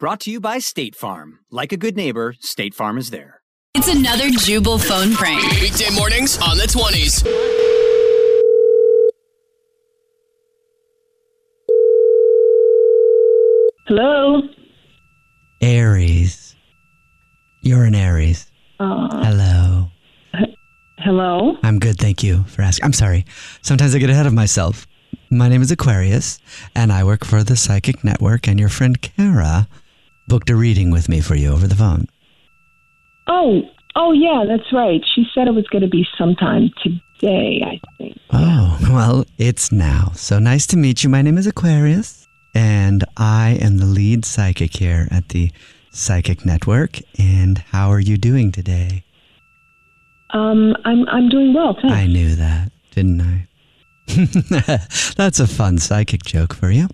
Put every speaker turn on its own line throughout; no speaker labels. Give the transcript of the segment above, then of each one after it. Brought to you by State Farm. Like a good neighbor, State Farm is there.
It's another Jubal phone prank.
Weekday mornings on the 20s.
Hello.
Aries. You're an Aries.
Uh,
Hello.
hello.
I'm good, thank you for asking. I'm sorry. Sometimes I get ahead of myself. My name is Aquarius, and I work for the Psychic Network, and your friend Kara booked a reading with me for you over the phone.
Oh, oh yeah, that's right. She said it was going to be sometime today, I think.
Oh, well, it's now. So nice to meet you. My name is Aquarius, and I am the lead psychic here at the Psychic Network. And how are you doing today?
Um, I'm I'm doing well, thanks.
I knew that, didn't I? That's a fun psychic joke for you.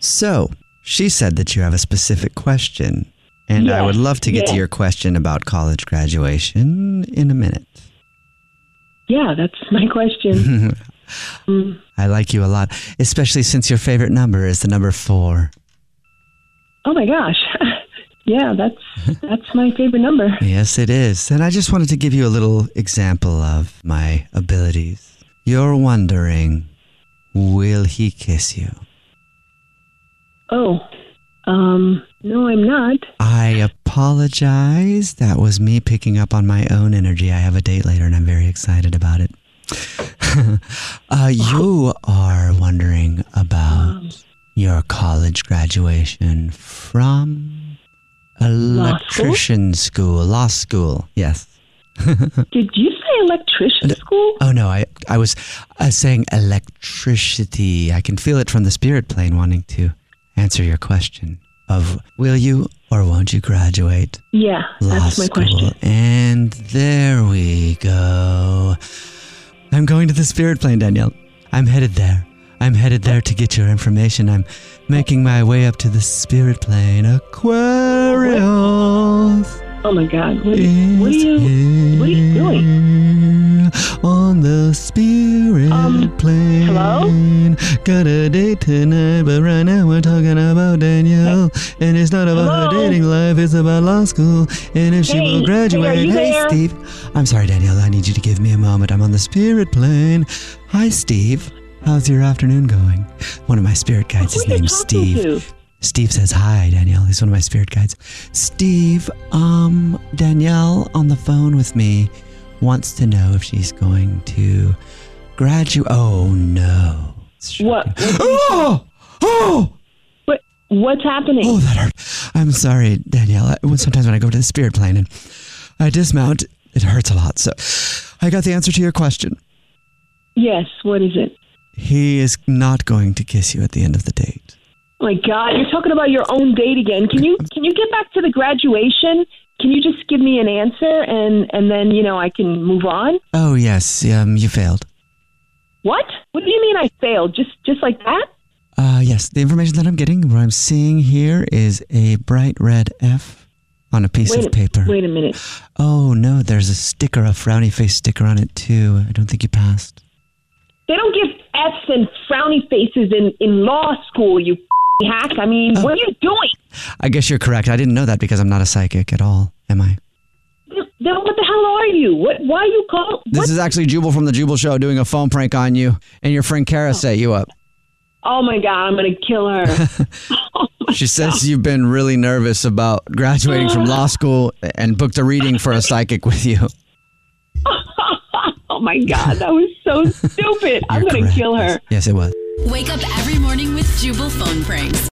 So, she said that you have a specific question, and I
Yes,
would love to get to
yes.
your question about college graduation in a minute.
Yeah, that's my
Mm-hmm.
question.
I like you a lot, especially since your favorite number is the number four.
oh my gosh. yeah, that's that's my favorite number.
Yes, it is. And I just wanted to give you a little example of my abilities. You're wondering, will he kiss you?
Oh. Um, no, I'm not.
I apologize. That was me picking up on my own energy. I have a date later and I'm very excited about it. uh, you are wondering about your college graduation from electrician school, law school. Yes.
Did you say electrician school?
Oh no, I I was uh, saying electricity. I can feel it from the spirit plane wanting to answer your question of will you or won't you graduate
Yeah,
law
that's my
school.
question.
And there we go. I'm going to the spirit plane, Danielle. I'm headed there. I'm headed there to get your information. I'm making my way up to the spirit plane. Aquarius.
Oh my god. What, what are
is
you what are you doing?
here On the spirit
Um,
plane.
hello?
Got a date tonight, but right now we're talking about Danielle. And it's not about her
Hello?
dating life, it's about law school. And if she
Hey,
will
hey, are
graduate,
you there?
Steve. I'm sorry, Danielle, I need you to give me a moment. I'm on the spirit plane. Hi, Steve. How's your afternoon going? One of my spirit guides,
Who
his
are you
name's
talking
Steve.
to?
Steve says hi, Danielle. He's one of my spirit guides. Steve, um, Danielle on the phone with me wants to know if she's going to graduate. Oh no! It's shocking.
What?
Oh, oh,
What what's happening?
oh! That hurt. I'm sorry, Danielle. I, sometimes when I go to the spirit plane and I dismount, it hurts a lot. So, I got the answer to your question.
Yes, what is it?
He is not going to kiss you at the end of the date.
Oh my God, you're talking about your own date again. Can you can you get back to the graduation? Can you just give me an answer and and then you know I can move on?
Oh yes, um, you failed.
What? What do you mean I failed? Just just like that?
Uh, yes, the information that I'm getting, what I'm seeing here is a bright red F on a piece
wait,
of paper.
wait a minute.
Oh no, there's a sticker, a frowny face sticker on it too. I don't think you passed.
They don't give F's and frowny faces in, in law school, you f***ing hack. I mean,
Oh.
what are you doing?
I guess you're correct. I didn't know that because I'm not a psychic at all, am I?
Then what the hell are you? What? Why are you call?
This
What?
is actually Jubal from the Jubal Show doing a phone prank on you, and your friend Kara set you up.
Oh my god, I'm gonna kill her.
She says you've been really nervous about graduating from law school and booked a reading for a psychic with you.
oh my god, that was so stupid. I'm
You're
gonna
correct.
kill her.
Yes, it was.
Wake up every morning with Jubal phone pranks.